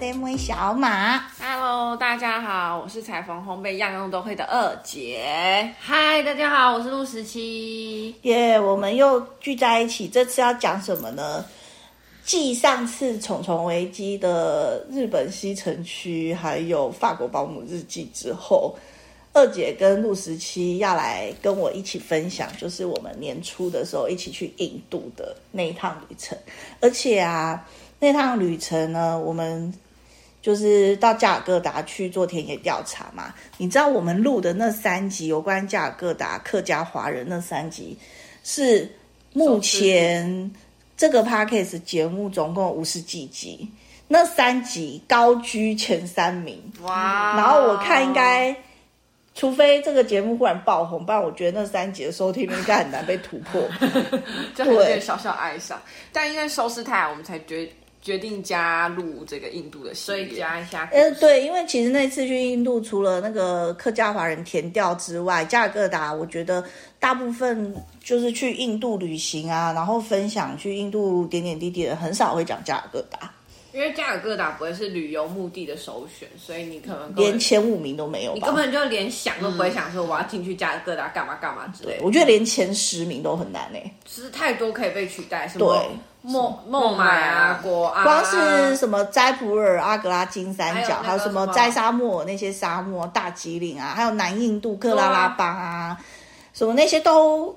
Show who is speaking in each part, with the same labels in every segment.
Speaker 1: 飞妹小马。
Speaker 2: Hello，大家好，我是彩虹烘焙样样都会的二姐。
Speaker 3: 嗨，大家好，我是陆十七。
Speaker 1: 耶、我们又聚在一起，这次要讲什么呢？继上次《虫虫危机》的日本西城区，还有法国保姆日记之后，二姐跟陆十七要来跟我一起分享，就是我们年初的时候一起去印度的那一趟旅程。而且啊，那趟旅程呢，我们就是到加尔各答去做田野调查嘛。你知道我们录的那三集有关加尔各答客家华人那三集，是目前这个 podcast 节目总共五十几集，那三集高居前三名。
Speaker 2: 哇
Speaker 1: 然后我看应该，除非这个节目忽然爆红，不然我觉得那三集的收听率应该很难被突 破。
Speaker 2: 就还是有
Speaker 1: 对
Speaker 2: 点小小哀伤，但因为收视太好，我们才决决定加入这个印度的系
Speaker 3: 所
Speaker 2: 列。
Speaker 3: 以加一下，嗯
Speaker 1: 呃，对，因为其实那次去印度，除了那个客家华人填调之外，加尔各答，我觉得大部分就是去印度旅行啊，然后分享去印度点点滴滴的，很少会讲加尔各答，
Speaker 3: 因为加尔各答不会是旅游目的的首选，所以你可能根
Speaker 1: 连
Speaker 3: 本
Speaker 1: 前五名都没有
Speaker 3: 你
Speaker 1: 吧
Speaker 3: 根？本就连想都不会想说我要进去加尔各答干嘛干嘛之类
Speaker 1: 对，
Speaker 3: 的。
Speaker 1: 我觉得连前十名都很难欸诶、
Speaker 3: 就是太多可以被取代，什么
Speaker 1: 对，
Speaker 3: 孟孟买啊、国啊，
Speaker 1: 光是什么斋普尔、阿格拉金三角，还
Speaker 3: 还有那个
Speaker 1: 什么
Speaker 3: 什么
Speaker 1: 斋沙漠那些沙漠、大吉岭啊，还有南印度克拉拉邦啊，什么那些都，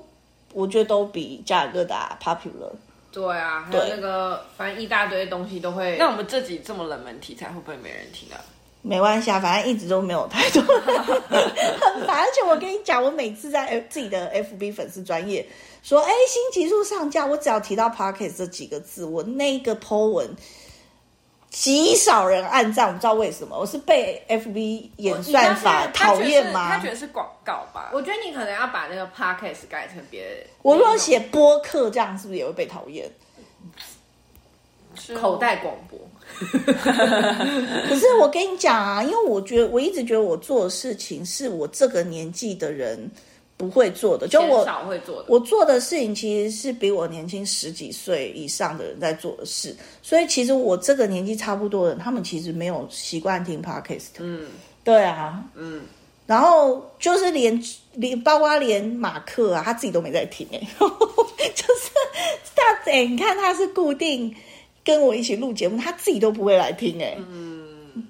Speaker 1: 我觉得都比加尔各答 popular。
Speaker 3: 对啊，还有那个反正一大堆东西都会。
Speaker 2: 那我们这集这么冷门题材，会不会没人听啊？
Speaker 1: 没关系啊，反正一直都没有太多 人很烦。而且我跟你讲，我每次在 F- 自己的 FB 粉丝专业说，哎，新集数上架，我只要提到 Pocket 这几个字，我那个 po 文极少人按赞，我不知道为什么，我是被 FB 演算法
Speaker 3: 我
Speaker 1: 讨厌
Speaker 2: 他
Speaker 1: 吗
Speaker 2: 觉？得是广告吧？
Speaker 3: 我觉得你可能要把那个 podcast 改成别的。
Speaker 1: 我如果写播客这样，是不是也会被讨 厌？
Speaker 3: 口袋广播，
Speaker 1: 可是我跟你讲啊，因为我觉得我一直觉得我做的事情是我这个年纪的人不会做的，就我
Speaker 3: 很少会做的。
Speaker 1: 我做的事情其实是比我年轻十几岁以上的人在做的事，所以其实我这个年纪差不多的人，他们其实没有习惯听 podcast。嗯，对啊，嗯，然后就是连连包括连马克啊，他自己都没在听哎、 就是他哎、你看他是固定跟我一起录节目，他自己都不会来听哎、
Speaker 2: 嗯，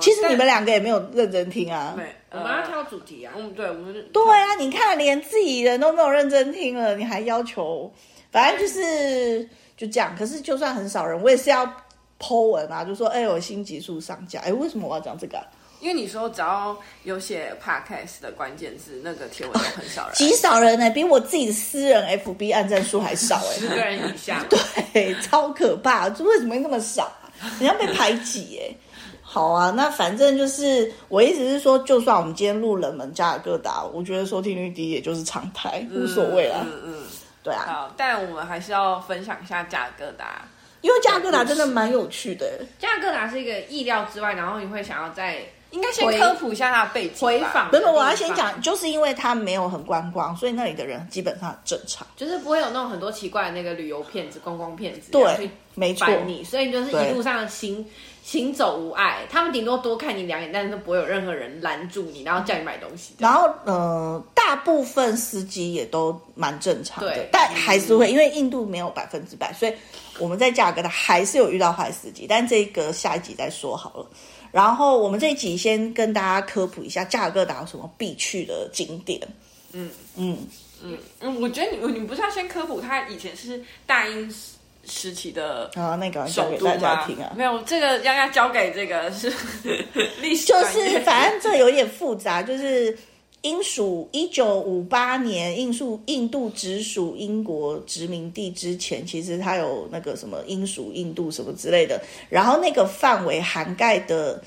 Speaker 1: 其实你们
Speaker 2: 俩
Speaker 1: 两个也没有认真听啊。
Speaker 2: 没，
Speaker 3: 呃我们要挑主题啊，
Speaker 2: 嗯，对，我们
Speaker 1: 对啊，你看连自己人都没有认真听了，你还要求，反正就是就这样。可是就算很少人，我也是要 Po 文啊，就说哎、我新集数上架，哎、为什么我要讲这个啊、
Speaker 2: 因为你说只要有写 podcast 的关键字，那个贴文就很少人。
Speaker 1: 极少人欸呢、比我自己的私人 FB 按赞数还少
Speaker 3: 十个
Speaker 1: 哎、
Speaker 3: 人以 下嘛。
Speaker 1: 对，超可怕，这为什么会那么少、啊？人家被排挤哎、好啊，那反正就是我意思是说，就算我们今天录冷门加尔各答，我觉得收听率低也就是常态，无所谓啦。
Speaker 2: 嗯嗯，
Speaker 1: 对啊，
Speaker 2: 好，但我们还是要分享一下价格的、啊。
Speaker 1: 因为加尔各答真的蛮有趣的、
Speaker 3: 加尔各答是一个意料之外，然后你会想要在
Speaker 2: 应该先
Speaker 3: 回
Speaker 2: 科普一下它的背景吧。
Speaker 3: 回访
Speaker 1: 没
Speaker 3: 的
Speaker 1: 有，我要
Speaker 3: 地
Speaker 1: 先
Speaker 3: 方
Speaker 1: 讲，就是因为它没有很观光，所以那里的人基本上很正常。
Speaker 3: 就是不会有那种很多奇怪的那个旅游骗子、观光骗子要
Speaker 1: 对
Speaker 3: 去，
Speaker 1: 没错。
Speaker 3: 烦你，所以你就是
Speaker 1: 对
Speaker 3: 一路上行行走无碍，他们顶多多看你两眼，但是不会有任何人拦住你，然后叫你买东西。
Speaker 1: 然后，呃，大部分司机也都蛮正常的
Speaker 3: 对，
Speaker 1: 但还是
Speaker 2: 嗯
Speaker 1: 会，因为印度没有百分之百，所以我们在价格的还是有遇到坏司机，但这个下一集再说好了。然后我们这一集先跟大家科普一下价格达有什么必去的景点。嗯嗯，
Speaker 2: 嗯，我觉得你你不是要先科普它以前是大英时时期的
Speaker 1: 然后那个讲
Speaker 2: 首
Speaker 1: 啊给
Speaker 2: 都
Speaker 1: 大家
Speaker 2: 吗
Speaker 1: 听啊？。
Speaker 2: 没有，这个要要交给这个 是历史
Speaker 1: 就
Speaker 2: 专业，
Speaker 1: 是反正这有点复杂，就是英属一九五八年印属印度直属英国殖民地之前，其实它有那个什么英属印度什么之类的，然后那个范围涵盖的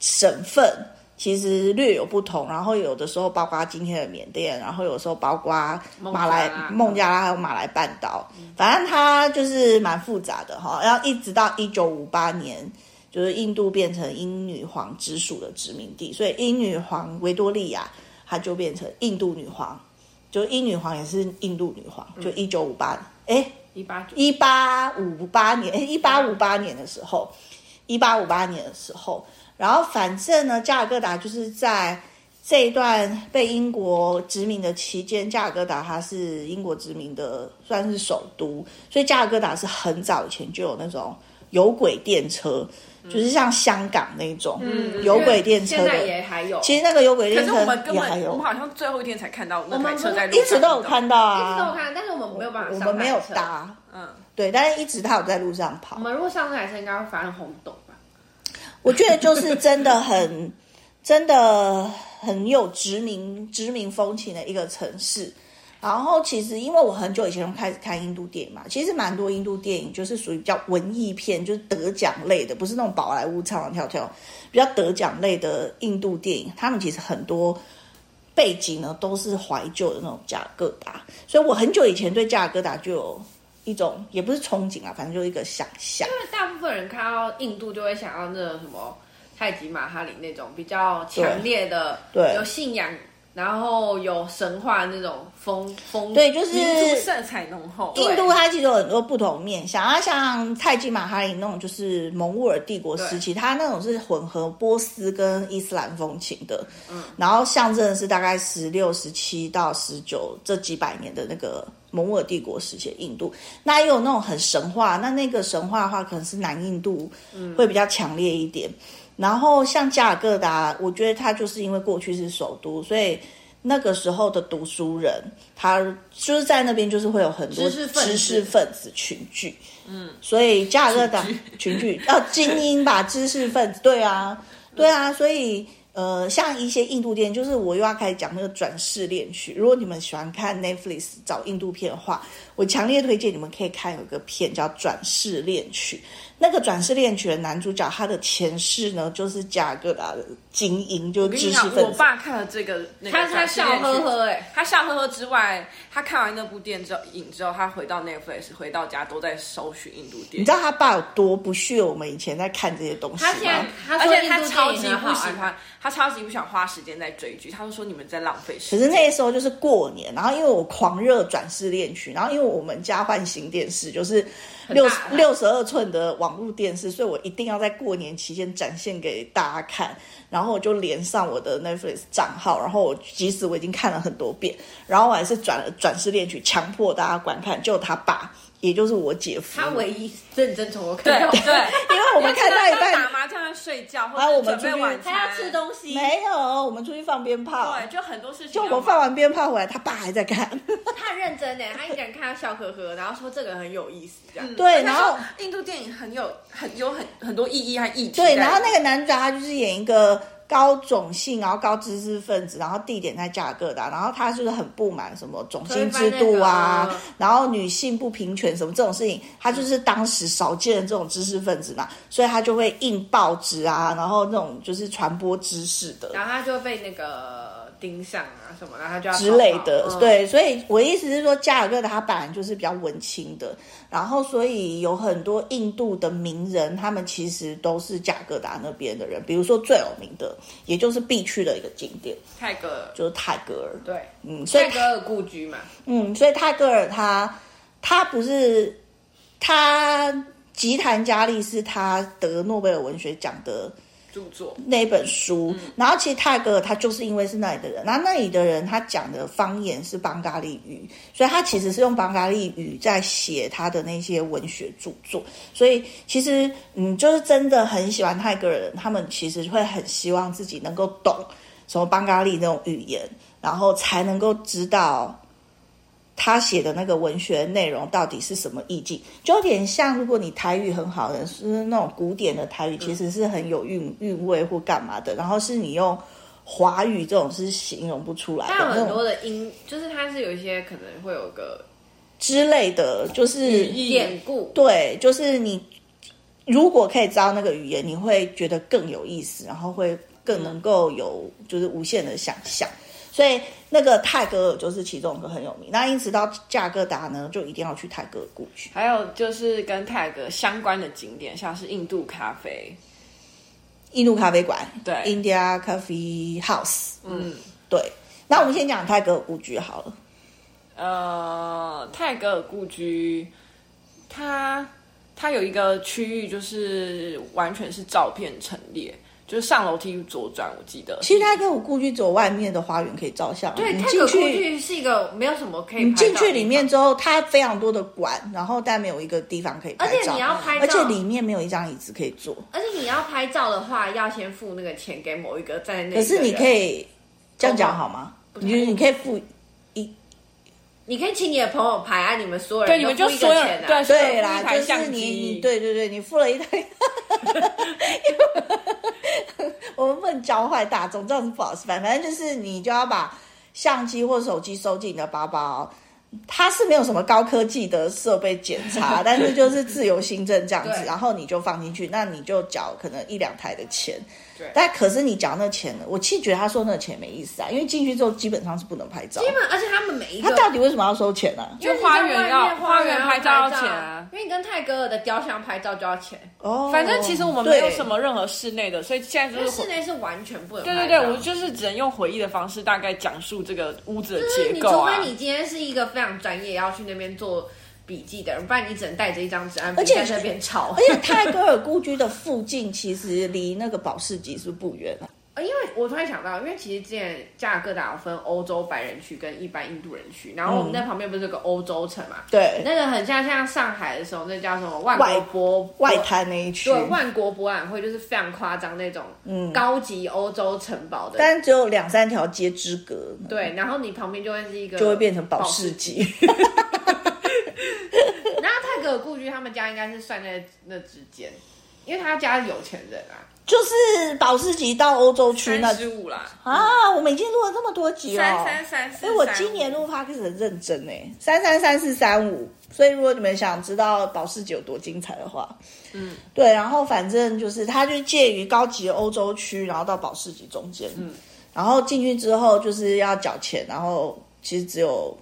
Speaker 1: 省份。其实略有不同，然后有的时候包括今天的缅甸，然后有时候包括马来孟
Speaker 3: 孟
Speaker 1: 加拉还有嗯马来半岛，反正它就是蛮复杂的哈。然后一直到一九五八年，就是印度变成英女皇直属的殖民地，所以英女皇维多利亚她就变成印度女皇，就英女皇也是印度女皇，就一九五八，哎，
Speaker 3: 一八九，
Speaker 1: 一八五八年，一八五八年的时候，一八五八年的时候，然后反正呢，加尔各答就是在这一段被英国殖民的期间，加尔各答它是英国殖民的算是首都，所以加尔各答是很早以前就有那种有轨电车，就是像香港那种、
Speaker 3: 嗯
Speaker 1: 有轨电车
Speaker 3: 现在
Speaker 1: 的。
Speaker 3: 也还有，
Speaker 1: 其实那个有轨
Speaker 2: 可
Speaker 1: 电
Speaker 2: 是
Speaker 1: 车
Speaker 2: 我们根
Speaker 1: 也
Speaker 2: 本
Speaker 1: 还，
Speaker 2: 我
Speaker 1: 有
Speaker 2: 们，好像最后一天才看到那台车在
Speaker 1: 一
Speaker 2: 路上，
Speaker 1: 直都有看到
Speaker 3: 一直都有
Speaker 1: 啊，
Speaker 3: 看，但是我们没有办法上
Speaker 1: 我们没有
Speaker 3: 那台车，
Speaker 1: 搭，
Speaker 2: 嗯，
Speaker 1: 对，但是一直它有在路上跑
Speaker 3: 我。们如果上那台车应该会发生轰动吧？
Speaker 1: 我觉得就是真的很、 真的很有殖民殖民风情的一个城市。然后其实因为我很久以前就开始看印度电影嘛，其实蛮多印度电影就是属于比较文艺片，就是得奖类的，不是那种宝莱坞唱唱跳跳，比较得奖类的印度电影，他们其实很多。背景呢都是怀旧的那种加尔各答，所以我很久以前对加尔各答就有一种也不是憧憬啊，反正就是一个想象。
Speaker 3: 因为大部分人看到印度就会想到那种什么太极马哈林那种比较强烈的，
Speaker 1: 对
Speaker 3: 有信仰，然后有神话那种风风，
Speaker 1: 对，就是
Speaker 2: 民族色彩浓厚，
Speaker 1: 印度它其实有很多不同面向，它像泰姬玛哈林那种就是蒙兀尔帝国时期，它那种是混合波斯跟伊斯兰风情的，嗯，然后象征的是大概十六、十七到十九这几百年的那个蒙兀尔帝国时期的印度，那也有那种很神话，那那个神话的话可能是南印度会比较强烈一点，然后像加尔各答，我觉得它就是因为过去是首都，所以。那个时候的读书人，他就是在那边，就是会有很多
Speaker 3: 知识分子
Speaker 1: 知识分子群聚，嗯，所以加尔各答群聚要、啊、精英吧，知识分子，对啊，对啊，所以呃，像一些印度电影，就是我又要开始讲那个转世恋曲。如果你们喜欢看 Netflix 找印度片的话，我强烈推荐你们可以看有一个片叫《转世恋曲》。那个《转世恋曲》的男主角，他的前世呢就是加尔各答的精英，就是
Speaker 2: 我跟
Speaker 1: 知
Speaker 2: 你
Speaker 1: 识
Speaker 2: 讲，
Speaker 1: 分
Speaker 2: 我
Speaker 1: 子。
Speaker 2: 爸看了这个，那个
Speaker 3: 他他
Speaker 2: 转世
Speaker 3: 笑
Speaker 2: 恋曲
Speaker 3: 呵呵哎，
Speaker 2: 他笑呵呵之外，他看完那部电之后影之后，他回到 Netflix，回到家都在搜寻印度电
Speaker 1: 你
Speaker 2: 影
Speaker 1: 知，道他爸有多不屑我们以前在看这些东西
Speaker 3: 他现
Speaker 1: 吗
Speaker 3: 在？他
Speaker 2: 而
Speaker 3: 说
Speaker 2: 且
Speaker 3: 印
Speaker 2: 他
Speaker 3: 度
Speaker 2: 超
Speaker 3: 电
Speaker 2: 级
Speaker 3: 影
Speaker 2: 不
Speaker 3: 很啊好
Speaker 2: 喜
Speaker 3: 看，
Speaker 2: 欢，他超级不想花时间在追剧，他就说你们在浪费
Speaker 1: 可
Speaker 2: 时间。
Speaker 1: 是那时候就是过年，然后因为我狂热转世恋曲，然后因为我们家换新电视，就是六
Speaker 3: 大
Speaker 1: 六十二寸的网络电视，所以我一定要在过年期间展现给大家看。然后我就连上我的 Netflix 账号，然后我即使我已经看了很多遍，然后我还是转了转世恋曲，强迫大家观看。就他爸，也就是我姐夫，
Speaker 3: 他唯一认真从头
Speaker 2: 对
Speaker 3: 看到尾。
Speaker 2: 对，
Speaker 1: 因为我们看到一
Speaker 2: 他
Speaker 1: 半
Speaker 2: 打麻将、睡觉，或
Speaker 1: 然后我
Speaker 2: 者
Speaker 1: 们
Speaker 2: 准备
Speaker 1: 出去
Speaker 2: 晚餐，
Speaker 3: 他要吃东西，
Speaker 1: 没有，我们出去放鞭炮，啊
Speaker 2: 对，就很多事情。
Speaker 1: 就我们放完鞭炮回来，他爸还在看。
Speaker 3: 他很认真呢，欸他一个人看他笑呵呵，然后说这个很有意思，这样。
Speaker 1: 嗯对
Speaker 2: 而且
Speaker 1: 然后
Speaker 2: 说印度电影很有很有很很多意义和议题在。
Speaker 1: 对，然后那个男主角他就是演一个高种姓，然后高知识分子，然后地点在加尔各啊答，然后他就是很不满什么种姓制度啊，
Speaker 3: 推翻
Speaker 1: 然后女性不平权什么这种事情，他就是当时少见的这种知识分子嘛，所以他就会印报纸啊，然后那种就是传播知识的。
Speaker 3: 然后他就被那个盯上啊什么，然后他就要
Speaker 1: 之类的
Speaker 3: 逃跑，嗯
Speaker 1: 对，所以我意思是说，加尔各答他本来就是比较文青的，然后所以有很多印度的名人，他们其实都是加尔各答那边的人，比如说最有名的，也就是必去的一个景点
Speaker 2: 泰戈尔，
Speaker 1: 就是泰戈尔，
Speaker 3: 对，
Speaker 1: 嗯，所以
Speaker 3: 泰戈尔故居嘛，
Speaker 1: 嗯，所以泰戈尔他他不是他吉檀迦利是他得诺贝尔文学奖的
Speaker 2: 著作，
Speaker 1: 那一本书，
Speaker 3: 嗯
Speaker 1: 然后其实泰戈尔他就是因为是那里的人，然后那里的人他讲的方言是邦嘎利语，所以他其实是用邦嘎利语在写他的那些文学著作，所以其实嗯，就是真的很喜欢泰戈尔的人，他们其实会很希望自己能够懂什么邦嘎利那种语言，然后才能够知道他写的那个文学内容到底是什么意境，就有点像如果你台语很好的，是那种古典的台语，其实是很有韵韵味或干嘛的，然后是你用华语这种是形容不出来的
Speaker 3: 它有
Speaker 1: 那
Speaker 3: 很多
Speaker 1: 种
Speaker 3: 的音，就是它是有一些可能会有个
Speaker 1: 之类的，就是
Speaker 2: 义
Speaker 3: 典故，
Speaker 1: 对，就是你如果可以知道那个语言，你会觉得更有意思，然后会更能够有就是无限的想象。所以那个泰戈尔就是其中一个很有名，那因此到加尔各答呢，就一定要去泰戈尔故居。
Speaker 2: 还有就是跟泰戈尔相关的景点，像是印度咖啡，
Speaker 1: 印度咖啡馆，
Speaker 2: 对
Speaker 1: ，India Coffee House，
Speaker 2: 嗯，
Speaker 1: 对。那我们先讲泰戈尔故居好了。
Speaker 2: 呃，泰戈尔故居，它它有一个区域就是完全是照片陈列，就是上楼梯左转，我记得。
Speaker 1: 其实它跟我故居只有外面的花园可以照相，啊
Speaker 3: 对，
Speaker 1: 你
Speaker 3: 泰
Speaker 1: 进
Speaker 3: 国故
Speaker 1: 去
Speaker 3: 居是一个没有什么可以拍
Speaker 1: 进
Speaker 3: 照的
Speaker 1: 去里
Speaker 3: 地
Speaker 1: 面
Speaker 3: 方
Speaker 1: 之后，它非常多的馆，然后但没有一个地方可以拍照，
Speaker 3: 而且你要拍照
Speaker 1: 而且里面没有一张椅子可以坐，
Speaker 3: 而且你要拍照的话，要先付那个钱给某一个在那。
Speaker 1: 可是你可
Speaker 3: 以，
Speaker 1: 以这样讲好吗？你你可以付
Speaker 3: 你可以请你的朋友拍啊，你们所有人
Speaker 2: 对，你们就
Speaker 3: 付一个
Speaker 2: 所有
Speaker 3: 钱啊
Speaker 2: 对所有 人
Speaker 1: 对啦，
Speaker 2: 一台
Speaker 1: 就是
Speaker 2: 相
Speaker 1: 你你
Speaker 2: 机，
Speaker 1: 对对对，你付了一台，因 为我们不能教坏大众，这样子不好示范。反正就是你就要把相机或手机收进你的包包。它是没有什么高科技的设备检 查，但是就是自由新政这样子，
Speaker 3: 对
Speaker 1: 然后你就放进去，那你就缴可能一两台的钱。
Speaker 2: 对
Speaker 1: 但可是你缴那钱呢？我其实觉得他收那钱没意思啊，因为进去之后基本上是不能拍照。
Speaker 3: 因为而且他们每一
Speaker 1: 他
Speaker 3: 个
Speaker 1: 到底为什么要收钱啊呢、
Speaker 3: 因为你在
Speaker 2: 花园要
Speaker 3: 外面花园
Speaker 2: 花园拍照
Speaker 3: 照
Speaker 2: 要钱啊
Speaker 3: 因为你跟泰戈尔的雕像拍照就要钱，
Speaker 1: 哦，
Speaker 2: 反正其实我们没有
Speaker 1: 对
Speaker 2: 什么任何室内的，所以现在
Speaker 3: 因
Speaker 2: 就
Speaker 3: 为
Speaker 2: 是
Speaker 3: 室。内是完全不能
Speaker 2: 对
Speaker 3: 拍
Speaker 2: 对
Speaker 3: 照
Speaker 2: 对，我就是只能用回忆的方式大概讲述这个屋子的
Speaker 3: 就是
Speaker 2: 结
Speaker 3: 你
Speaker 2: 构
Speaker 3: 除
Speaker 2: 啊。
Speaker 3: 非你今天是一个非常专业要去那边做笔记的人，不然你只能带着一张纸按笔
Speaker 1: 而且
Speaker 3: 在那边抄
Speaker 1: 而。且泰戈尔故居的附近其实离那个保市集是不远啊的。
Speaker 3: 呃，因为我突然想到，因为其实之前加尔各答有分欧洲白人区跟一般印度人区，
Speaker 1: 嗯
Speaker 3: 然后我们那旁边不是有个欧洲城嘛？
Speaker 1: 对，
Speaker 3: 那个很像像上海的时候，那叫什么万国博
Speaker 1: 外滩那一区，
Speaker 3: 对万国博览会，就是非常夸张那种高级欧洲城堡的。
Speaker 1: 嗯但只有两三条街之隔，，
Speaker 3: 对，然后你旁边就会是一个，
Speaker 1: 就会变成保市。集。
Speaker 3: 然后泰戈尔故居他们家应该是算在那之间，因为他家是有钱人啊。
Speaker 1: 就是保市集到欧洲区那
Speaker 2: 三十五啦，
Speaker 1: 啊，我们已经录了这么多集了。
Speaker 2: 三三三四。
Speaker 1: 哎，我今年录 p o d 很认真哎、三三三四三五。所以如果你们想知道保时捷有多精彩的话，嗯，对，然后反正就是它就介于高级欧洲区，然后到保时捷中间，嗯，然后进去之后就是要缴钱，然后其实只有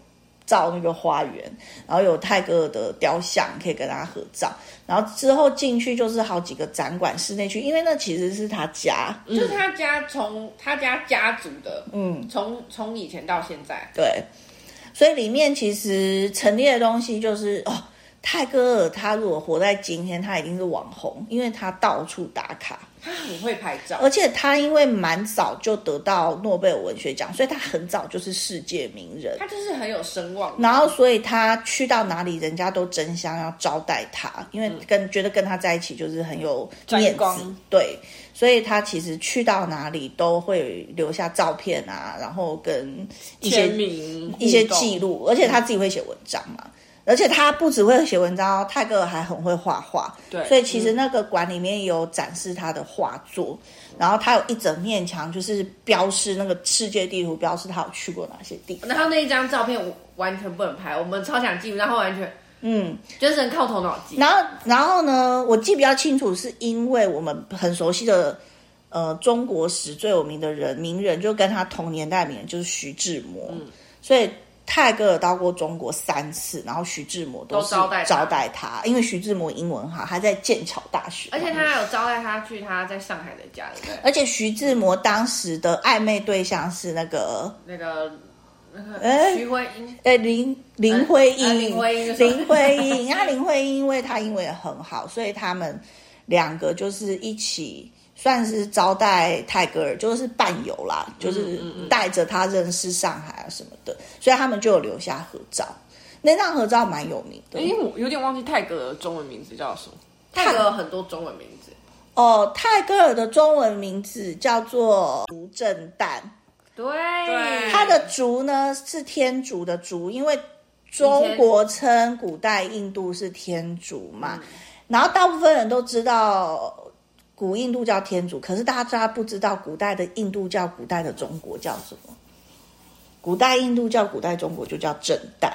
Speaker 1: 照那个花园，然后有泰戈尔的雕像可以跟他合照，然后之后进去就是好几个展馆室内区，因为那其实是他家，
Speaker 3: 就是他家从他家家族的，嗯，从从以前到现在，
Speaker 1: 对，所以里面其实陈列的东西就是哦，泰戈尔他如果活在今天，他已经是网红，因为他到处打卡，
Speaker 3: 他很会拍照，
Speaker 1: 而且他因为蛮早就得到诺贝尔文学奖，所以他很早就是世界名人。
Speaker 3: 他就是很有声望。
Speaker 1: 然后，所以他去到哪里，人家都争相要招待他，
Speaker 2: 嗯
Speaker 1: 因为跟、觉得跟他在一起就是很有面
Speaker 2: 沾
Speaker 1: 子
Speaker 2: 光，
Speaker 1: 对，所以他其实去到哪里都会留下照片啊，然后跟一些
Speaker 2: 签名啊
Speaker 1: 一些
Speaker 2: 互动
Speaker 1: 记录，而且他自己会写文章嘛。而且他不只会写文章哦，泰戈尔还很会画画，
Speaker 2: 对
Speaker 1: 所以其实那个馆里面有展示他的画作，然后他有一整面墙就是标示那个世界地图，标示他有去过哪些地方。
Speaker 3: 然后那一张照片我完全不能拍，我们超想记录，然后完全
Speaker 1: 嗯，
Speaker 3: 就是只能靠头脑记。
Speaker 1: 然后然后呢，我记比较清楚，是因为我们很熟悉的呃中国史最有名的人名人，就跟他同年代名人就是徐志摩，
Speaker 3: 嗯
Speaker 1: 所以泰戈尔到过中国三次，然后徐志摩都是
Speaker 3: 都招待他
Speaker 1: 招待他，因为徐志摩英文好，还在剑桥大学，
Speaker 3: 而且他还有招待他去他在上海的家，对不对？
Speaker 1: 而且徐志摩当时的暧昧对象是那个
Speaker 3: 那个那个
Speaker 1: 哎
Speaker 3: 徐慧英，
Speaker 1: 呃，林林徽
Speaker 3: 呃
Speaker 1: 因，
Speaker 3: 林徽因就是
Speaker 1: 林徽因， 那林徽因因为她英文也很好，所以他们两个就是一起算是招待泰戈尔，就是伴游啦，
Speaker 3: 嗯
Speaker 1: 就是带着他认识上海啊什么的，所以他们就有留下合照。那张合照蛮有名的
Speaker 2: 哎，我有点忘记泰戈尔中文名字叫什么。
Speaker 3: 泰戈尔很多中文名字，
Speaker 1: 哦。泰戈尔的中文名字叫做吴正旦，
Speaker 3: 对，
Speaker 2: 对
Speaker 1: 他的竹呢是天竺的竹，因为中国称古代印度是天竺嘛，然后大部分人都知道古印度叫天竺，可是大家不知道古代的印度教、古代的中国叫什么。古代印度教、古代中国就叫正旦，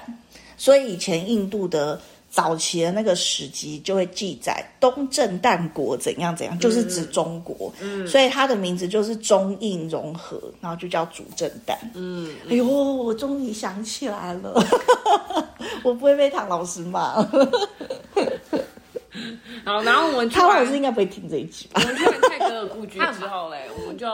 Speaker 1: 所以以前印度的早期的那个史籍就会记载东正旦国怎样怎样，就是指中国，所以它的名字就是中印融合，然后就叫主正旦。嗯，哎呦，我终于想起来 了，我不会被唐老师骂，
Speaker 2: 好，然后我们去
Speaker 1: 唐
Speaker 2: 完
Speaker 1: 老师应该不会听这一集吧
Speaker 2: 我？们去完泰戈尔故 居之后嘞，我们就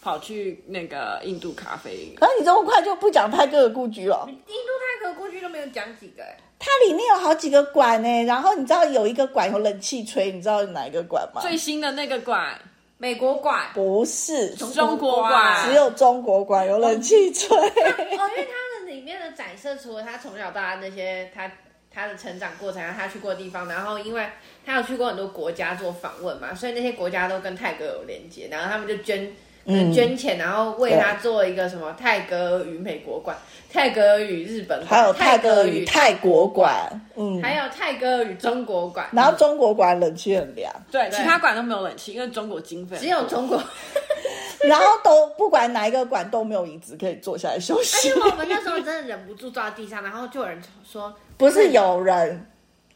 Speaker 2: 跑去那个印度咖啡。
Speaker 1: 啊，你这么快就不讲泰戈尔故居了？
Speaker 3: 印度泰戈尔故居剧都没有讲几个哎、
Speaker 1: 它里面有好几个馆呢、然后你知道有一个馆有冷气吹，你知道哪一个馆吗？
Speaker 2: 最新的那个馆，
Speaker 3: 美国馆
Speaker 1: 不是，
Speaker 2: 中国馆
Speaker 1: 只有中国馆有冷气吹。
Speaker 3: 哦，因为它的里面的展示，除了他从小到大那些他他的成长过程，然后他去过的地方，然后因为他有去过很多国家做访问嘛，所以那些国家都跟泰戈有连接，然后他们就捐。嗯，捐钱，然后为他做一个什么泰戈尔与美国馆、泰戈尔与日本馆，
Speaker 1: 还有泰戈尔与
Speaker 3: 与
Speaker 1: 泰国馆，嗯，
Speaker 3: 还有泰戈尔与中国馆，嗯
Speaker 1: 然后中国馆冷气很凉，
Speaker 2: 对，其他馆都没有冷气，因为中国经费
Speaker 3: 只有中国。
Speaker 1: 然后都不管哪一个馆都没有椅子可以坐下来休息
Speaker 3: 因。为我们那时候真的忍不住坐到地上，然后就有人说，
Speaker 1: 不是有人，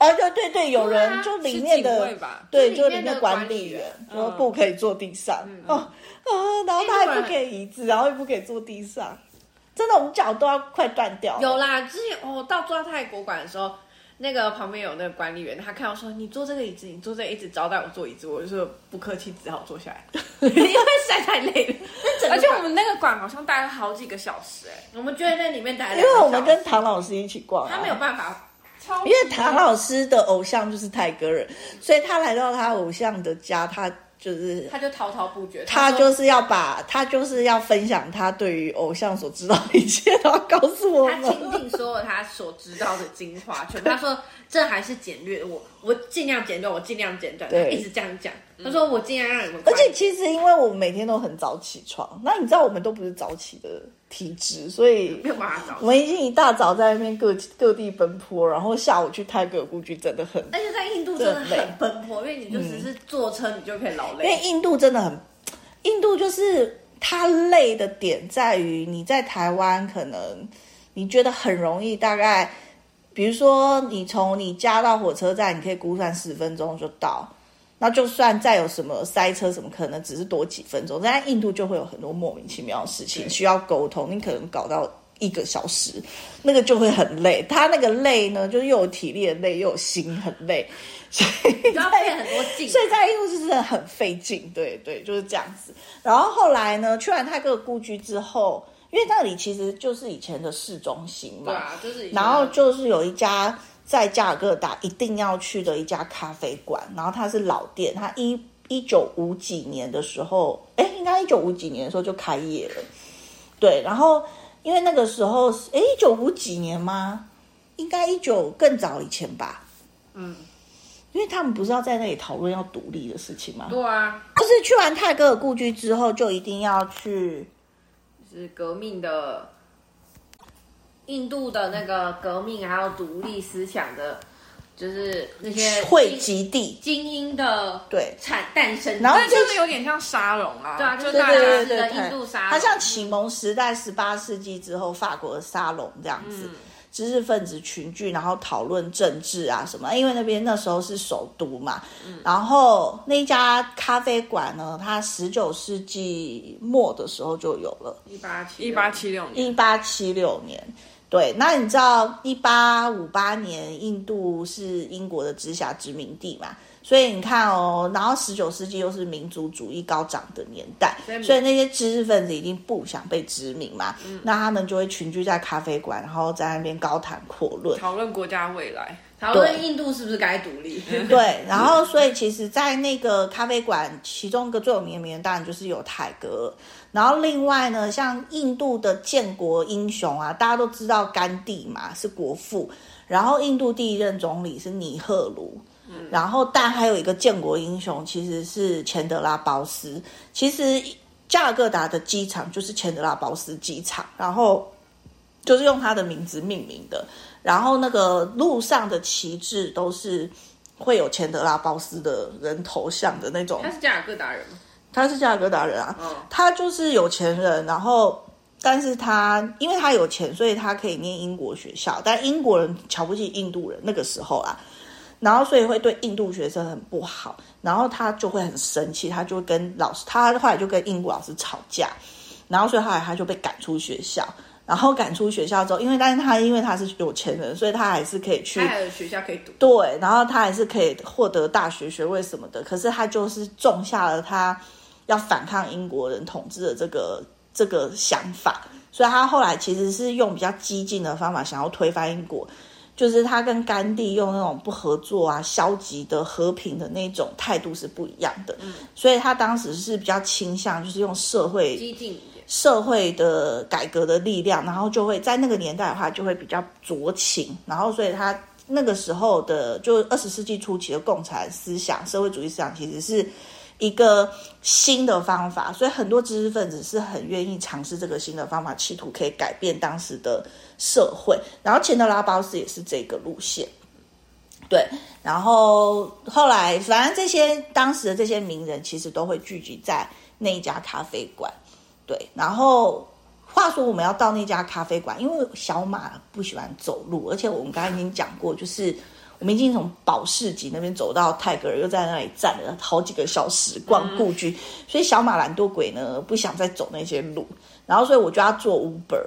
Speaker 1: 哦，对对对，有人、
Speaker 3: 对啊
Speaker 1: 就里
Speaker 2: 是
Speaker 1: 面
Speaker 2: 警
Speaker 1: 的
Speaker 2: 卫吧
Speaker 1: 对，
Speaker 3: 是里
Speaker 1: 就
Speaker 3: 面
Speaker 1: 里面
Speaker 3: 的
Speaker 1: 管
Speaker 3: 管
Speaker 1: 理
Speaker 3: 理
Speaker 1: 员
Speaker 3: 员嗯
Speaker 1: 说不可以坐地上，哦啊，然后他还不给椅子，然后也不给坐地上，真的，我们脚都要快断掉了。
Speaker 3: 有啦，之前哦，到坐到泰国馆的时候，那个旁边有那个管理员，他看我说你坐这个椅子，你坐这个一直招待我坐椅子，我就说不客气，只好 坐下来，因为实在太累了。
Speaker 2: 而且我们那个馆好像待了好几个小时、哎，
Speaker 3: 我们觉得在里面待了
Speaker 1: 因
Speaker 3: 两个小时，
Speaker 1: 为我们跟唐老师一起逛、啊，
Speaker 3: 他没有办法，
Speaker 2: 超级
Speaker 1: 因为唐老师的偶像就是泰戈尔，所以他来到他偶像的家，他就是
Speaker 3: 他就滔滔不绝，
Speaker 1: 他
Speaker 3: 说
Speaker 1: 就是要把他就是要分享他对于偶像所知道的一切，然后告诉我
Speaker 3: 他倾
Speaker 1: 们。
Speaker 3: 尽所有他所知道的精华，全部。他 说这还是简略，我我尽量简短，我尽量简短，他
Speaker 1: 对
Speaker 3: 一直这样讲。他说我尽量让你们，
Speaker 1: 而且其实因为我们每天都很早起床，那你知道我们都不是早起的体质，所以
Speaker 3: 没有办法找
Speaker 1: 我。们已经一大早在那边各各地奔波，然后下午去泰戈尔故居真的很
Speaker 3: 而且在印度真的很奔波，因为你就只是坐车，你就可以劳
Speaker 1: 因为
Speaker 3: 累。
Speaker 1: 印度真的很，印度就是它累的点在于你在台湾可能你觉得很容易，大概比如说你从你家到火车站，你可以估算十分钟就到。那就算再有什么塞车什么，可能只是多几分钟，但在印度就会有很多莫名其妙的事情需要沟通，你可能搞到一个小时，那个就会很累。他那个累呢，就是又有体力的累，又有心很累，所以
Speaker 3: 你就要费很多劲，
Speaker 1: 所以在印度是真的很费劲，对对，就是这样子。然后后来呢，去完泰戈尔故居之后，因为那里其实就是以前的市中心嘛，
Speaker 3: 对啊，就是以前
Speaker 1: 然后就是有一家在加尔各答一定要去的一家咖啡馆，然后它是老店，它一一九五几年的时候，哎，应该一九五几年的时候就开业了，对，然后因为那个时候是，哎，一九五几年吗？应该一九更早以前吧，
Speaker 3: 嗯，
Speaker 1: 因为他们不是要在那里讨论要独立的事情吗？
Speaker 3: 对啊，
Speaker 1: 就是去完泰戈尔故居之后，就一定要去
Speaker 3: 就是革命的印度的那个革命，还有独立思想的，就是那些
Speaker 1: 汇集地，
Speaker 3: 精英的
Speaker 1: 对，
Speaker 3: 产诞生，
Speaker 1: 然后
Speaker 2: 但就是有点像沙龙啊，
Speaker 3: 对啊
Speaker 2: 就
Speaker 3: 就是
Speaker 2: 大
Speaker 3: 对
Speaker 2: 家
Speaker 3: 对对的印度沙龙
Speaker 1: 它像启蒙时代十八世纪之后法国的沙龙这样
Speaker 3: 嗯
Speaker 1: 子，知识分子群聚，然后讨论政治啊什么。因为那边那时候是首都嘛，
Speaker 3: 嗯
Speaker 1: 然后那一家咖啡馆呢，它十九世纪末的时候就有了，
Speaker 3: 一八七
Speaker 2: 一八七六
Speaker 3: 嗯
Speaker 2: 年，
Speaker 1: 一八七六年。对，那你知道一八五八年印度是英国的直辖殖民地嘛？所以你看哦，然后十九世纪又是民族主义高涨的年代，
Speaker 3: 所以
Speaker 1: 所以那些知识分子已经不想被殖民嘛，那他们就会群居在咖啡馆，然后在那边高谈阔论。
Speaker 2: 讨论国家未来，
Speaker 3: 讨论印度是不是该独 立，
Speaker 1: 对，然后所以其实，在那个咖啡馆，其中一个最有名的名人当然就是有泰戈尔。然后另外呢，像印度的建国英雄啊，大家都知道甘地嘛是国父，然后印度第一任总理是尼赫鲁。然后，但还有一个建国英雄其实是钱德拉鲍斯。其实加尔各答的机场就是钱德拉鲍斯机场，然后就是用他的名字命名的。然后那个路上的旗帜都是会有钱德拉鲍斯的人头像的那种
Speaker 3: 他，是加尔各答人吗？
Speaker 1: 他是加尔各答人啊，
Speaker 3: 嗯，
Speaker 1: 他就是有钱人，然后但是他因为他有钱，所以他可以念英国学校，但英国人瞧不起印度人那个时候啊，然后所以会对印度学生很不好，然后他就会很生气，他就跟老师，他后来就跟印度老师吵架，然后所以后来他就被赶出学校。然后赶出学校之后，因为但是他因为他是有钱人，所以他还是可以去
Speaker 3: 他还有学校可以读，
Speaker 1: 对，然后他还是可以获得大学学位什么的，可是他就是种下了他要反抗英国人统治的这个这个想法，所以他后来其实是用比较激进的方法想要推翻英国，就是他跟甘地用那种不合作啊、消极的、和平的那种态度是不一样的。所以他当时是比较倾向就是用社会
Speaker 3: 激进一点。
Speaker 1: 社会的改革的力量，然后就会在那个年代的话，就会比较酌情，然后所以他那个时候的就二十世纪初期的共产思想、社会主义思想，其实是一个新的方法，所以很多知识分子是很愿意尝试这个新的方法，企图可以改变当时的社会。然后钱德拉包斯也是这个路线。对，然后后来，反正这些当时的这些名人其实都会聚集在那一家咖啡馆，对，然后话说我们要到那家咖啡馆，因为小马不喜欢走路，而且我们刚才已经讲过，就是我们已经从保市集那边走到泰戈尔，又在那里站了好几个小时逛
Speaker 2: 嗯
Speaker 1: 故居，所以小马懒惰鬼呢不想再走那些路，然后所以我就要做 Uber。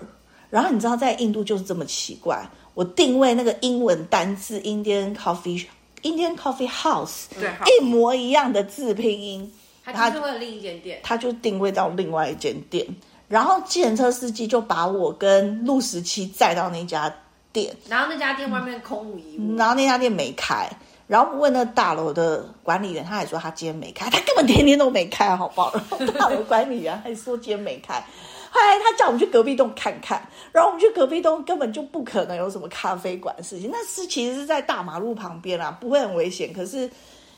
Speaker 1: 然后你知道在印度就是这么奇怪，我定位那个英文单字 Indian Coffee Indian Coffee House，
Speaker 2: 对好
Speaker 1: 一模一样的字拼音，
Speaker 3: 他就是会有另一间店，
Speaker 1: 他就定位到另外一间店，然后计程车司机就把我跟陆十七载到那家店，
Speaker 3: 然后那家店外面空无一物，
Speaker 1: 然后那家店没开，然后问那大楼的管理员，他还说他今天没开，他根本天天都没开，好不好？ 然后大楼管理员还说今天没开，后来他叫我们去隔壁栋看看，然后我们去隔壁栋根本就不可能有什么咖啡馆的事情，那是其实是在大马路旁边啦，不会很危险，可是。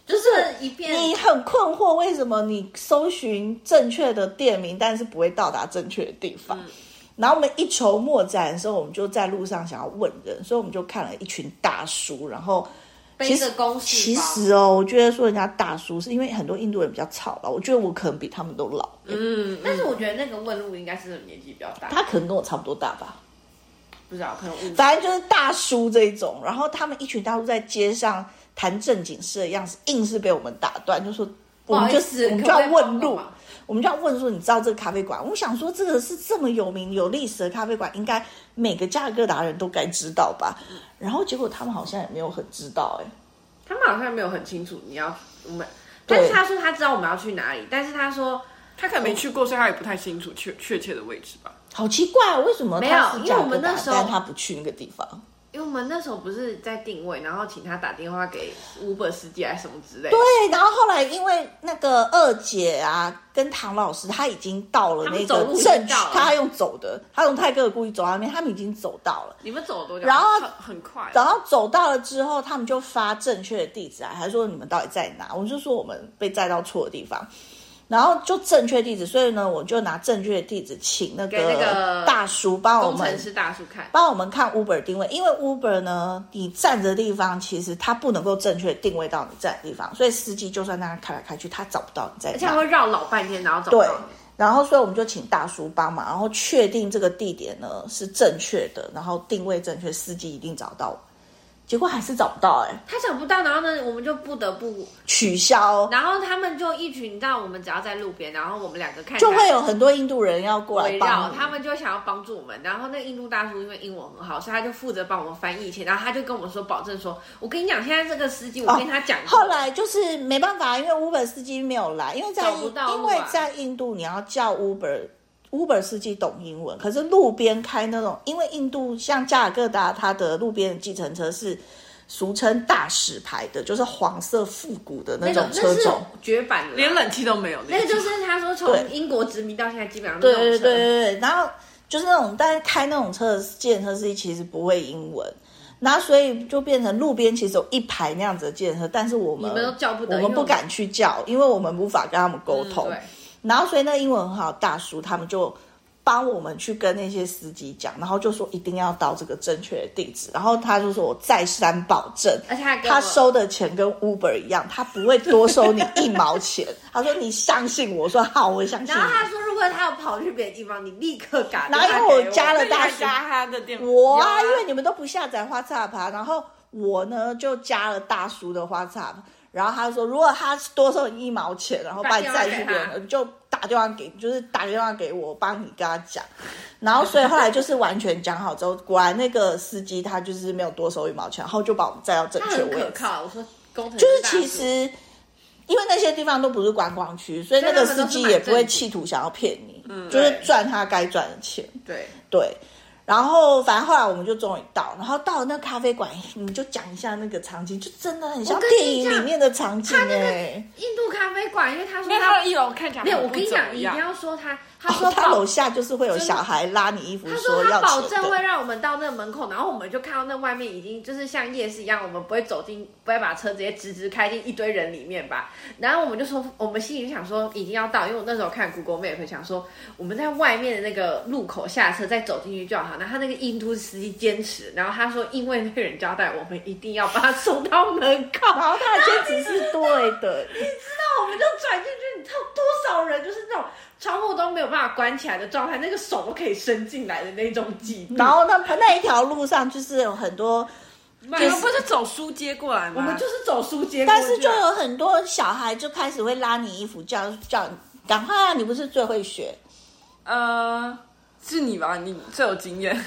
Speaker 3: 就是一片
Speaker 1: 你很困惑，为什么你搜寻正确的店名，但是不会到达正确的地方？
Speaker 3: 嗯
Speaker 1: 然后我们一筹莫展的时候，我们就在路上想要问人，所以我们就看了一群大叔，然后
Speaker 3: 背着公事
Speaker 1: 其
Speaker 3: 包
Speaker 1: 实哦，我觉得说人家大叔是因为很多印度人比较吵了，我觉得我可能比他们都老，
Speaker 2: 嗯，
Speaker 3: 但是我觉得那个问路应该是年纪比较大，
Speaker 1: 他可能跟我差不多大吧。
Speaker 3: 不知道可能
Speaker 2: 嗯
Speaker 3: 误
Speaker 1: 反正就是大叔这一种，然后他们一群大叔在街上谈正经事的样子，硬是被我们打断，就说我
Speaker 3: 好
Speaker 1: 们就
Speaker 3: 意思
Speaker 1: 我们
Speaker 3: 可
Speaker 1: 就
Speaker 3: 不
Speaker 1: 要
Speaker 3: 可以帮
Speaker 1: 问
Speaker 3: 个
Speaker 1: 路
Speaker 3: 忙，
Speaker 1: 我们就要问说你知道这个咖啡馆？我想说这个是这么有名有历史的咖啡馆，应该每个价格达人都该知道吧？然后结果他们好像也没有很知道、哎，
Speaker 3: 他们好像没有很清楚你要我们，
Speaker 1: 对
Speaker 3: 但是他说他知道我们要去哪里，但是他说
Speaker 2: 他可能没去过，所以他也不太清楚确确切的位置吧。
Speaker 1: 好奇怪、哦为什么
Speaker 3: 没有
Speaker 1: 他是
Speaker 3: 因为
Speaker 1: 价
Speaker 3: 我
Speaker 1: 格
Speaker 3: 们
Speaker 1: 达
Speaker 3: 那
Speaker 1: 人
Speaker 3: 时候
Speaker 1: 但他不去那个地方？
Speaker 3: 因为我们那时候不是在定位，然后请他打电话给 Uber 司机还是什么之类的，
Speaker 1: 对，然后后来因为那个二姐啊，跟唐老师他已经到了
Speaker 3: 他
Speaker 1: 那
Speaker 3: 们
Speaker 1: 个
Speaker 3: 走路已经
Speaker 1: 正区
Speaker 3: 到了
Speaker 1: 他用走的，他从泰戈尔故意走到那边，他们已经走到了。
Speaker 3: 你们走了多久？
Speaker 1: 然后
Speaker 2: 很很快，
Speaker 1: 然后走到了之后，他们就发正确的地址啊来，还说你们到底在哪？我就说我们被载到错的地方，然后就正确地址，所以呢，我就拿正确的地址请那
Speaker 3: 给那
Speaker 1: 个
Speaker 3: 个
Speaker 1: 大叔帮我
Speaker 3: 工
Speaker 1: 们
Speaker 3: 程师大叔看，
Speaker 1: 帮我们看 Uber 定位，因为 Uber 呢，你站着的地方其实它不能够正确定位到你站的地方，所以司机就算那样开来开去，他找不到你在
Speaker 3: 而且他
Speaker 1: 哪。
Speaker 3: 会绕老半天，然后找不
Speaker 1: 对
Speaker 3: 到你。，
Speaker 1: 然后所以我们就请大叔帮忙，然后确定这个地点呢是正确的，然后定位正确，司机一定找到我。结果还是找不到、哎，
Speaker 3: 他找不到，然后呢，我们就不得不，
Speaker 1: 取消。
Speaker 3: 然后他们就一群，你知道，我们只要在路边，然后我们两个看起
Speaker 1: 就
Speaker 3: 来
Speaker 1: 会有很多印度人要过来
Speaker 3: 围
Speaker 1: 帮
Speaker 3: 绕
Speaker 1: 你，
Speaker 3: 他们就想要帮助我们，然后那个印度大叔因为英文很好，所以他就负责帮我们翻译一切，然后他就跟我们说，保证说，我跟你讲，现在这个司机，我跟他讲过，
Speaker 1: 哦后来就是没办法，因为 Uber 司机没有来，因为在
Speaker 3: 找不
Speaker 1: 印
Speaker 3: 到路啊
Speaker 1: 因为在印度你要叫 Uber。Uber 司机懂英文，可是路边开那种，因为印度像加尔各答，它的路边的计程车是俗称大使牌的，就是黄色复古的那
Speaker 3: 那个
Speaker 1: 种
Speaker 3: 那
Speaker 1: 车
Speaker 3: 是
Speaker 1: 种。
Speaker 3: 绝版的，啊
Speaker 2: 连冷气都没有，
Speaker 3: 那
Speaker 2: 那
Speaker 3: 个就是他说从英国殖民到现在，基本上都
Speaker 1: 对对
Speaker 3: 是
Speaker 1: 对对对，然后就是那种，但是开那种车的计程车司机其实不会英文，那所以就变成路边其实有一排那样子的计程车，但是我们
Speaker 3: 你们都叫不得
Speaker 1: 我们
Speaker 3: 因为
Speaker 1: 不
Speaker 3: 我们
Speaker 1: 敢去叫，因为我们无法跟他们沟
Speaker 3: 对
Speaker 1: 通。然后所以那英文很好的大叔他们就帮我们去跟那些司机讲，然后就说一定要到这个正确的地址，然后他就说我再三保证，
Speaker 3: 而且还哎跟我
Speaker 1: 他收的钱跟 Uber 一样，他不会多收你一毛钱。他说你相信我，我说好，我相信
Speaker 3: 然
Speaker 1: 你
Speaker 3: 后。他说，如果他要跑去别的地方，你立刻打电
Speaker 1: 然后因
Speaker 3: 话给
Speaker 1: 为我加了大
Speaker 2: 大
Speaker 1: 叔
Speaker 2: 加他的电
Speaker 1: 我啊，
Speaker 2: 有
Speaker 1: 因为你们都不下载 WhatsApp，、啊、然后我呢就加了大叔的 WhatsApp，然后他说如果他多收你一毛钱，然后把你载去别人，就打电话给，就是打电话给我，帮你跟他讲。然后所以后来就是完全讲好之后，果然那个司机他就是没有多收一毛钱，然后就把我们载到正
Speaker 3: 他
Speaker 1: 确
Speaker 3: 很
Speaker 1: 位
Speaker 3: 可
Speaker 1: 置。
Speaker 3: 靠。我说工程
Speaker 1: 就是
Speaker 3: 大
Speaker 1: 其
Speaker 3: 叔
Speaker 1: 实因为那些地方都不是观光区，所以那个司机也不会企图想要骗你，
Speaker 3: 嗯
Speaker 1: 就是赚他该赚的钱。
Speaker 2: 对，
Speaker 1: 对，然后反正后来我们就终于到，然后到了那咖啡馆，你们就讲一下那个场景，就真的很像
Speaker 3: 我跟
Speaker 1: 电
Speaker 3: 你
Speaker 1: 影里面的场景
Speaker 3: 讲他那个
Speaker 1: 哎、
Speaker 3: 印度咖啡馆，因为他说
Speaker 2: 因为它
Speaker 3: 他
Speaker 2: 的一楼看起来
Speaker 3: 没有，
Speaker 2: 很
Speaker 3: 我
Speaker 2: 不
Speaker 3: 跟你
Speaker 2: 怎
Speaker 3: 讲，
Speaker 2: 么
Speaker 3: 你一定
Speaker 2: 样
Speaker 3: 要说他，他
Speaker 1: 哦，
Speaker 3: 说
Speaker 1: 他
Speaker 3: 保
Speaker 1: 楼下就是会有小孩拉你衣服
Speaker 3: 他说他
Speaker 1: 要
Speaker 3: 保
Speaker 1: 钱
Speaker 3: 证
Speaker 1: 的
Speaker 3: 会让我们到那个门口，然后我们就看到那外面已经就是像夜市一样，我们不会走进，不会把车直接直直开进一堆人里面吧。然后我们就说，我们心里就想说已经要到，因为我那时候看 Google Map 想说我们在外面的那个路口下车再走进去就好。然后他那个印度司机坚持，然后他说因为那个人交代我们一定要把他送到门口，
Speaker 1: 然后他的坚持是对的，
Speaker 3: 那我们就转进去，你知道多少人就是那种窗户都没有办法关起来的状态，那个手都可以伸进来的那种挤
Speaker 1: 然后那那一条路上就是有很多，
Speaker 2: 你们不是走书街过来吗？
Speaker 3: 我们就是走书街过
Speaker 1: 但
Speaker 3: 去啊，
Speaker 1: 是就有很多小孩就开始会拉你衣服，叫叫你赶快啊！你不是最会学，
Speaker 2: 呃，是你吧？你最有经验。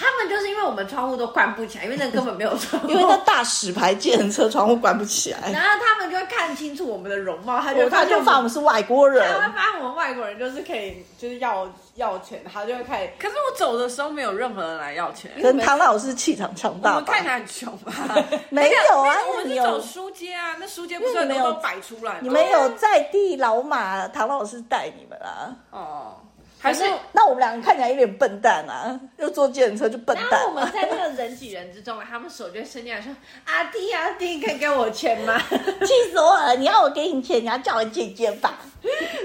Speaker 3: 他们就是因为我们窗户都关不起来，因为那根本没有窗 户。
Speaker 1: 因为那大石牌计程车窗户关不起来，
Speaker 3: 然后他们就会看清楚我们的容貌，他就会
Speaker 1: 哦他就
Speaker 3: 发
Speaker 1: 怕我们是外国人。
Speaker 3: 他会发现我们外国人就是可以就是要要钱，他就会 开始。
Speaker 2: 可是我走的时候没有任何人来要钱，
Speaker 1: 跟唐老师气场强
Speaker 2: 我
Speaker 1: 大
Speaker 2: 们
Speaker 1: 吧
Speaker 2: 看？起来很穷吧？
Speaker 1: 没有啊
Speaker 2: 没我
Speaker 1: 因
Speaker 2: 们
Speaker 1: 为你
Speaker 2: 是
Speaker 1: 有
Speaker 2: 走书街啊，那书街不是
Speaker 1: 因为
Speaker 2: 很
Speaker 1: 你
Speaker 2: 多
Speaker 1: 没有
Speaker 2: 都摆出来吗？
Speaker 1: 你们有在地老马，唐老师带你们啦。
Speaker 2: 哦，还是
Speaker 1: 那我们两个看起来有点笨蛋啊，又坐计程车就笨
Speaker 3: 然
Speaker 1: 蛋
Speaker 3: 后我。们在那个人挤人之中，他们手就会伸进来说：“阿弟阿弟，可以给我钱吗？”
Speaker 1: 气死我了！你要我给你钱，你要叫我姐姐吧。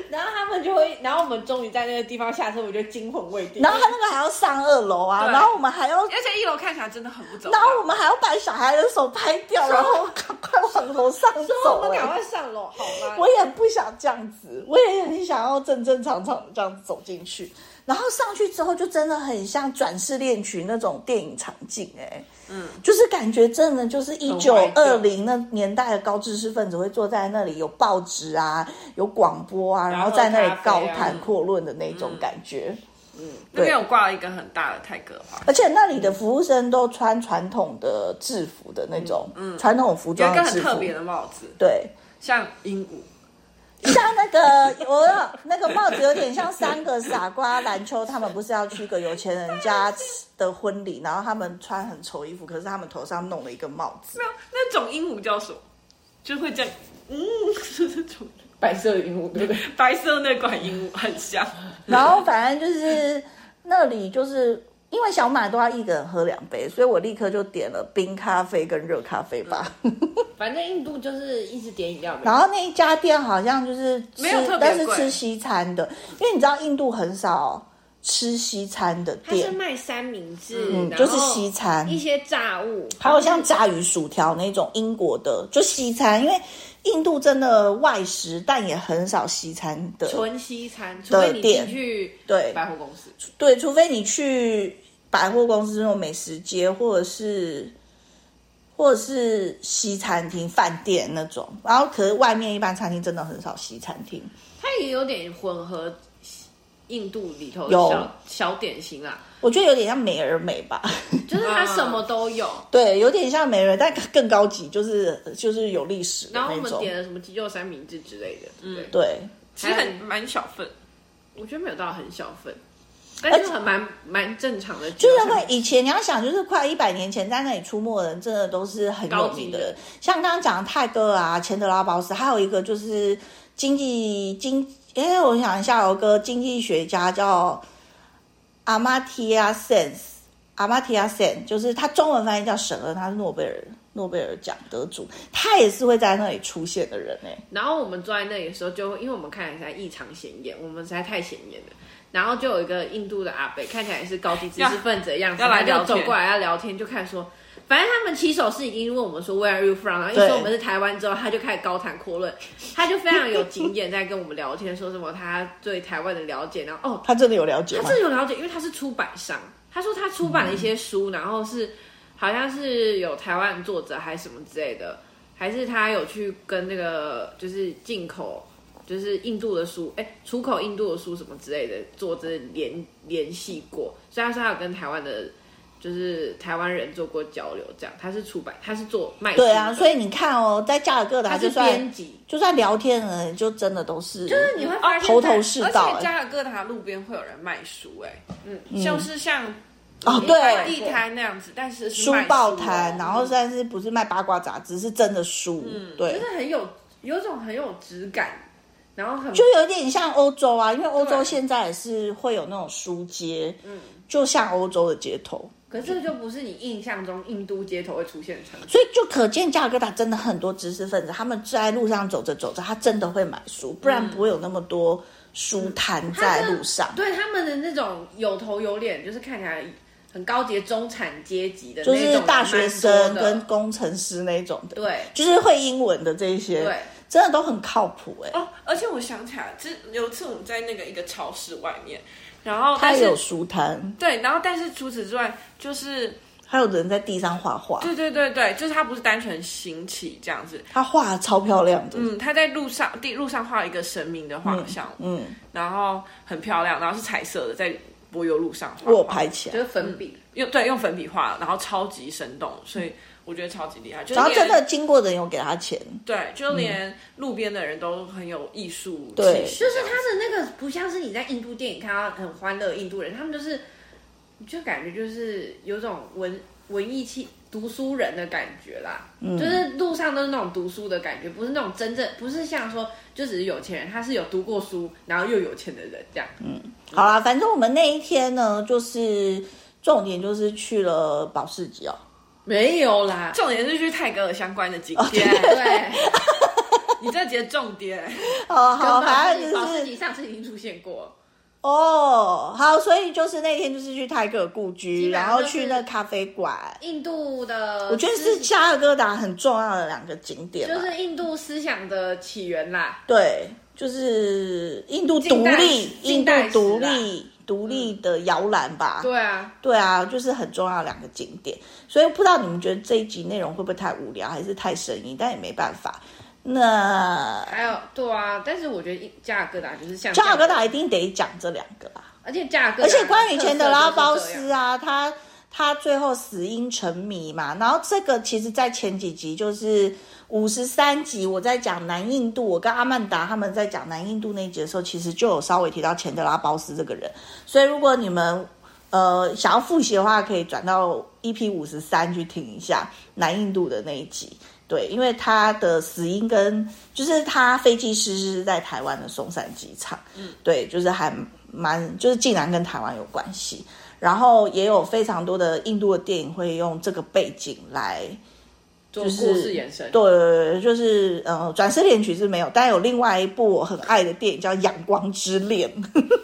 Speaker 3: 然后他们就会，然后我们终于在那个地方下车，我就惊魂未定。
Speaker 1: 然后他那个还要上二楼啊，
Speaker 2: 对
Speaker 1: 然后我们还要
Speaker 2: 而且一楼看起来真的很不怎啊么
Speaker 1: 然
Speaker 2: 样。
Speaker 1: 后我们还要把小孩的手拍掉，然后赶快往楼上
Speaker 3: 说
Speaker 1: 走、
Speaker 3: 我们赶
Speaker 1: 欸。
Speaker 3: 快上楼好吗？
Speaker 1: 我也不想这样子，我也很想要正正常常的这样子走进去。然后上去之后，就真的很像《转世恋曲》那种电影场景、哎，嗯，就是感觉真的就是一九二零那年代的高知识分子会坐在那里，有报纸啊，有广播啊，然后在那里高
Speaker 2: 啊嗯
Speaker 1: 谈阔论的那种感觉。
Speaker 2: 那边有挂了一个很大的泰戈花，
Speaker 1: 而且那里的服务生都穿传统的制服的那种，嗯，传统服
Speaker 2: 有
Speaker 1: 装
Speaker 2: 一
Speaker 1: 的
Speaker 2: 个很
Speaker 1: 制服，
Speaker 2: 特别的帽子，
Speaker 1: 对，
Speaker 2: 像鹦鹉。
Speaker 1: 像那个我有那个帽子有点像三个傻瓜篮球，他们不是要去一个有钱人家的婚礼，然后他们穿很丑衣服，可是他们头上弄了一个帽子，
Speaker 2: 那那种鹦鹉叫什么？就会这样，嗯， 就是这种
Speaker 3: 白色的荧幕，对不对？
Speaker 2: 白色那款鹦鹉很像。
Speaker 1: 然后反正就是那里就是。因为小马都要一个人喝两杯，所以我立刻就点了冰咖啡跟热咖啡吧。
Speaker 3: 反正印度就是一直点饮料，
Speaker 1: 然后那一家店好像就是吃
Speaker 2: 没有特别
Speaker 1: 但是
Speaker 2: 贵
Speaker 1: 吃西餐的，因为你知道印度很少吃西餐的
Speaker 3: 它是
Speaker 1: 店，
Speaker 3: 卖三明治，
Speaker 1: 嗯，
Speaker 3: 然后
Speaker 1: 就是西餐
Speaker 3: 一，些炸物，
Speaker 1: 还有像炸鱼薯条那种英国的，就西餐，因为印度真的外食，但也很少西餐的，
Speaker 3: 纯西餐，除非你
Speaker 1: 店
Speaker 3: 进去
Speaker 1: 对
Speaker 3: 百货公司，
Speaker 1: 对，除非你去百货公司那种美食街，或者是或者是西餐厅、饭店那种，然后可是外面一般餐厅真的很少西餐厅。
Speaker 3: 它也有点混合印度里头的
Speaker 1: 有
Speaker 3: 小小点心啦，
Speaker 1: 我觉得有点像美而美吧，
Speaker 3: 就是它什么都有。
Speaker 1: 对，有点像美人，但更高级，就是就是有历史的
Speaker 3: 然后我
Speaker 1: 那
Speaker 3: 们
Speaker 1: 种。
Speaker 3: 点了什么鸡肉三明治之类的，嗯，
Speaker 1: 对，
Speaker 2: 其实很蛮小份，
Speaker 3: 我觉得没有到很小份，但是很蛮蛮正常的，就
Speaker 1: 就是会以前你要想，就是快一百年前在那里出没的人，真的都是很有名的
Speaker 3: 高级
Speaker 1: 人
Speaker 3: 人，
Speaker 1: 像刚刚讲的泰戈尔啊、钱德拉堡斯，还有一个就是经济经，哎，我想一下，有个经济学家叫阿马提亚 Sen，阿马提亚 Sen，就是他中文翻译叫沈恩，他是诺贝尔诺贝尔奖得主，他也是会在那里出现的人哎、
Speaker 3: 然后我们坐在那里的时候就，会因为我们看起来异常显眼，我们实在太显眼了。然后就有一个印度的阿北，看起来也是高级知识分子的样子，
Speaker 2: 要要来
Speaker 3: 他就
Speaker 2: 聊
Speaker 3: 走
Speaker 2: 天
Speaker 3: 过来要聊天，就开始说，反正他们起手是已经问我们说 Where are you from，然后一
Speaker 1: 对
Speaker 3: 说我们是台湾之后，他就开始高谈阔论，他就非常有经验在跟我们聊天，说什么他对台湾的了解，然后哦，
Speaker 1: 他真的有了解
Speaker 3: 他
Speaker 1: 吗？嗯
Speaker 3: 这有了解，因为他是出版商，他说他出版了一些书，然后是好像是有台湾作者还是什么之类的，还是他有去跟那个就是进口就是印度的书，哎、出口印度的书什么之类的作者联联系过，所以他说他有跟台湾的。就是台湾人做过交流，这样他是出版，他是做卖书的
Speaker 1: 对啊，所以你看哦，在加尔各答
Speaker 3: 他
Speaker 1: 就是算
Speaker 3: 编辑，
Speaker 1: 就算聊天的人，就真的都是
Speaker 3: 就是你会发现在
Speaker 1: 头头是
Speaker 2: 哦而
Speaker 1: 道、
Speaker 2: 且
Speaker 1: 欸。
Speaker 2: 加尔各答路边会有人卖书、哎，嗯，就是像
Speaker 1: 哦，
Speaker 2: 快
Speaker 1: 对，
Speaker 2: 递摊那样子，但是是
Speaker 1: 书
Speaker 2: 卖
Speaker 1: 报
Speaker 2: 哦
Speaker 1: 摊，然后但是不是卖八卦杂志，是真的书，对
Speaker 3: 嗯就，是很有有种很有质感，然后很
Speaker 1: 就有点像欧洲啊，因为欧洲
Speaker 3: 对嗯
Speaker 1: 现在也是会有那种书街，就像欧洲的街头，
Speaker 3: 可是这个就不是你印象中印度街头会出现的场景。
Speaker 1: 所以就可见加尔各答真的很多知识分子，他们在路上走着走着，他真的会买书，不然不会有那么多书摊在路上。
Speaker 3: 对嗯他们的那种有头有脸，就是看起来很高级的中产阶级的
Speaker 1: 就
Speaker 3: 那
Speaker 1: 是
Speaker 3: 种，
Speaker 1: 大学生
Speaker 3: 蛮多
Speaker 1: 跟
Speaker 3: 的
Speaker 1: 工程师那种的，
Speaker 3: 对
Speaker 1: 就是会英文的这一些，
Speaker 3: 对，
Speaker 1: 真的都很靠谱哎、
Speaker 2: 哦，而且我想起来，之有一次我们在那个一个超市外面，然后
Speaker 1: 他
Speaker 2: 但
Speaker 1: 也有
Speaker 2: 是
Speaker 1: 书摊，
Speaker 2: 对，然后但是除此之外，就是
Speaker 1: 还有人在地上画画，
Speaker 2: 对对对对，就是它不是单纯行乞这样子，
Speaker 1: 他画得超漂亮的，
Speaker 2: 嗯，他在路上地路上画了一个神明的画像，
Speaker 1: 嗯，
Speaker 2: 然后很漂亮，然后是彩色的，在柏油路上画
Speaker 1: 我有拍起
Speaker 3: 就
Speaker 1: 来。
Speaker 3: 是粉
Speaker 1: 嗯
Speaker 3: 笔。
Speaker 2: 用对用粉笔画，然后超级生动，所以我觉得超级厉害，就是
Speaker 1: 然后真
Speaker 2: 连
Speaker 1: 的经过的人有给他钱，
Speaker 3: 嗯
Speaker 2: 对，就连路边的人都很有艺术气息这
Speaker 1: 对
Speaker 2: 样子，
Speaker 3: 就是他的那个不像是你在印度电影看到很欢乐的印度人，他们就是就感觉就是有种文文艺气读书人的感觉啦，
Speaker 1: 嗯
Speaker 3: 就是路上都是那种读书的感觉，不是那种真正不是像说就只是有钱人，他是有读过书然后又有钱的人这样。
Speaker 1: 嗯好啦，反正我们那一天呢，就是重点就是去了保市集哦，
Speaker 3: 没有啦，哎
Speaker 2: 重点是去泰戈尔相关的景点，
Speaker 3: 对，
Speaker 2: 你这节重点。
Speaker 1: 哦好，反正
Speaker 3: 跟保
Speaker 1: 就
Speaker 3: 时
Speaker 1: 是
Speaker 3: 捷上次已经出现过，
Speaker 1: 哦好，所以就是那天就是去泰戈尔故居，
Speaker 3: 基本上
Speaker 1: 然后
Speaker 3: 就是
Speaker 1: 去那咖啡馆，
Speaker 3: 印度的，
Speaker 1: 我觉得是加尔各答很重要的两个景点吧，
Speaker 3: 就是印度思想的起源啦。
Speaker 1: 对，就是印度独
Speaker 3: 近代
Speaker 1: 立，印
Speaker 3: 近
Speaker 1: 度
Speaker 3: 代史
Speaker 1: 独
Speaker 3: 啦
Speaker 1: 立独立的摇篮吧。
Speaker 3: 对啊，
Speaker 1: 对啊，就是很重要的两个景点，所以不知道你们觉得这一集内容会不会太无聊，还是太生硬？但也没办法。那
Speaker 3: 还有对啊，但是我觉得加尔各答就是像
Speaker 1: 加尔各
Speaker 3: 这样
Speaker 1: 答一定得讲这两个啦，
Speaker 3: 而且价格，
Speaker 1: 而且关于钱德拉包斯
Speaker 3: 啊，
Speaker 1: 啊，他他最后死因成谜嘛，然后这个其实在前几集就是五十三集，我在讲南印度，我跟阿曼达他们在讲南印度那一集的时候，其实就有稍微提到钱德拉包斯这个人，所以如果你们呃想要复习的话，可以转到 EP 五十三去听一下南印度的那一集。对，因为他的死因跟就是他飞机失事是在台湾的松山机场，嗯，对，就是还蛮就是竟然跟台湾有关系，然后也有非常多的印度的电影会用这个背景来
Speaker 3: 做
Speaker 1: 就是
Speaker 3: 故事延伸，
Speaker 1: 对，就是呃，转身恋曲是没有，但有另外一部我很爱的电影叫《阳光之恋》，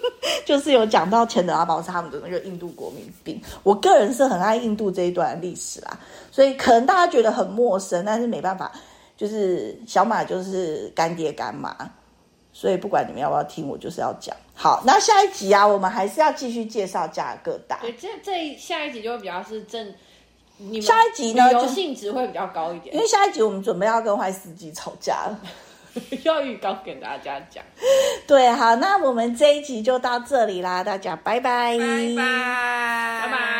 Speaker 1: 就是有讲到钱德拉堡是他们的那个印度国民病。我个人是很爱印度这一段历史啦，所以可能大家觉得很陌生，但是没办法，就是小马就是干爹干妈。所以不管你们要不要听，我就是要讲。好，那下一集啊，我们还是要继续介绍加尔各答。
Speaker 3: 对，这这一下一集就会比较是正，你们
Speaker 1: 下一集呢
Speaker 3: 旅游
Speaker 1: 就
Speaker 3: 性质会比较高一点
Speaker 1: 因，为下一集我们准备要跟坏司机吵架了。
Speaker 3: 要预告给大家讲。
Speaker 1: 对，好，那我们这一集就到这里啦，大家拜拜，
Speaker 2: 拜拜，拜
Speaker 3: 拜拜。